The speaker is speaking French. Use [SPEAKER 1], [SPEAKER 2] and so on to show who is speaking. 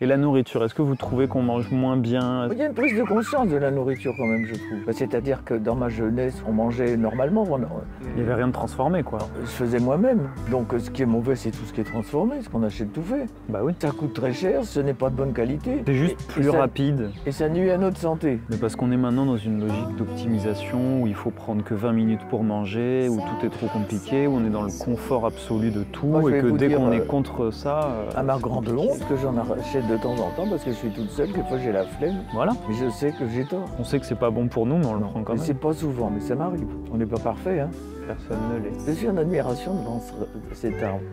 [SPEAKER 1] Et la nourriture, est-ce que vous trouvez qu'on mange moins bien
[SPEAKER 2] Il y a une prise de conscience de la nourriture quand même, je trouve. Bah, C'est-à-dire que dans ma jeunesse, on mangeait normalement. on-
[SPEAKER 1] Il n'y avait rien de transformé, quoi.
[SPEAKER 2] je faisais moi-même. Donc euh, ce qui est mauvais, c'est tout ce qui est transformé, ce qu'on achète tout fait.
[SPEAKER 1] Bah oui.
[SPEAKER 2] Ça coûte très cher, ce n'est pas de bonne qualité.
[SPEAKER 1] C'est
[SPEAKER 2] Et-
[SPEAKER 1] juste
[SPEAKER 2] et
[SPEAKER 1] plus
[SPEAKER 2] ça-
[SPEAKER 1] rapide.
[SPEAKER 2] Et ça nuit à notre santé.
[SPEAKER 1] Mais parce qu'on est maintenant dans une logique d'optimisation où il faut prendre que 20 minutes pour manger, où tout est trop compliqué, où on est dans le confort absolu de tout,
[SPEAKER 2] Moi, je vais
[SPEAKER 1] et que
[SPEAKER 2] vous
[SPEAKER 1] dès
[SPEAKER 2] dire,
[SPEAKER 1] qu'on
[SPEAKER 2] euh,
[SPEAKER 1] est contre ça, euh,
[SPEAKER 2] À ma grande honte, que j'en achète de temps en temps parce que je suis toute seule, des fois j'ai la flemme,
[SPEAKER 1] voilà.
[SPEAKER 2] mais je sais que j'ai tort.
[SPEAKER 1] On sait que c'est pas bon pour nous, mais on le prend quand
[SPEAKER 2] Mais
[SPEAKER 1] même.
[SPEAKER 2] c'est pas souvent, mais ça m'arrive. On n'est pas parfait, hein.
[SPEAKER 1] Personne ne l'est.
[SPEAKER 2] Je suis en admiration devant ce- cet arbre.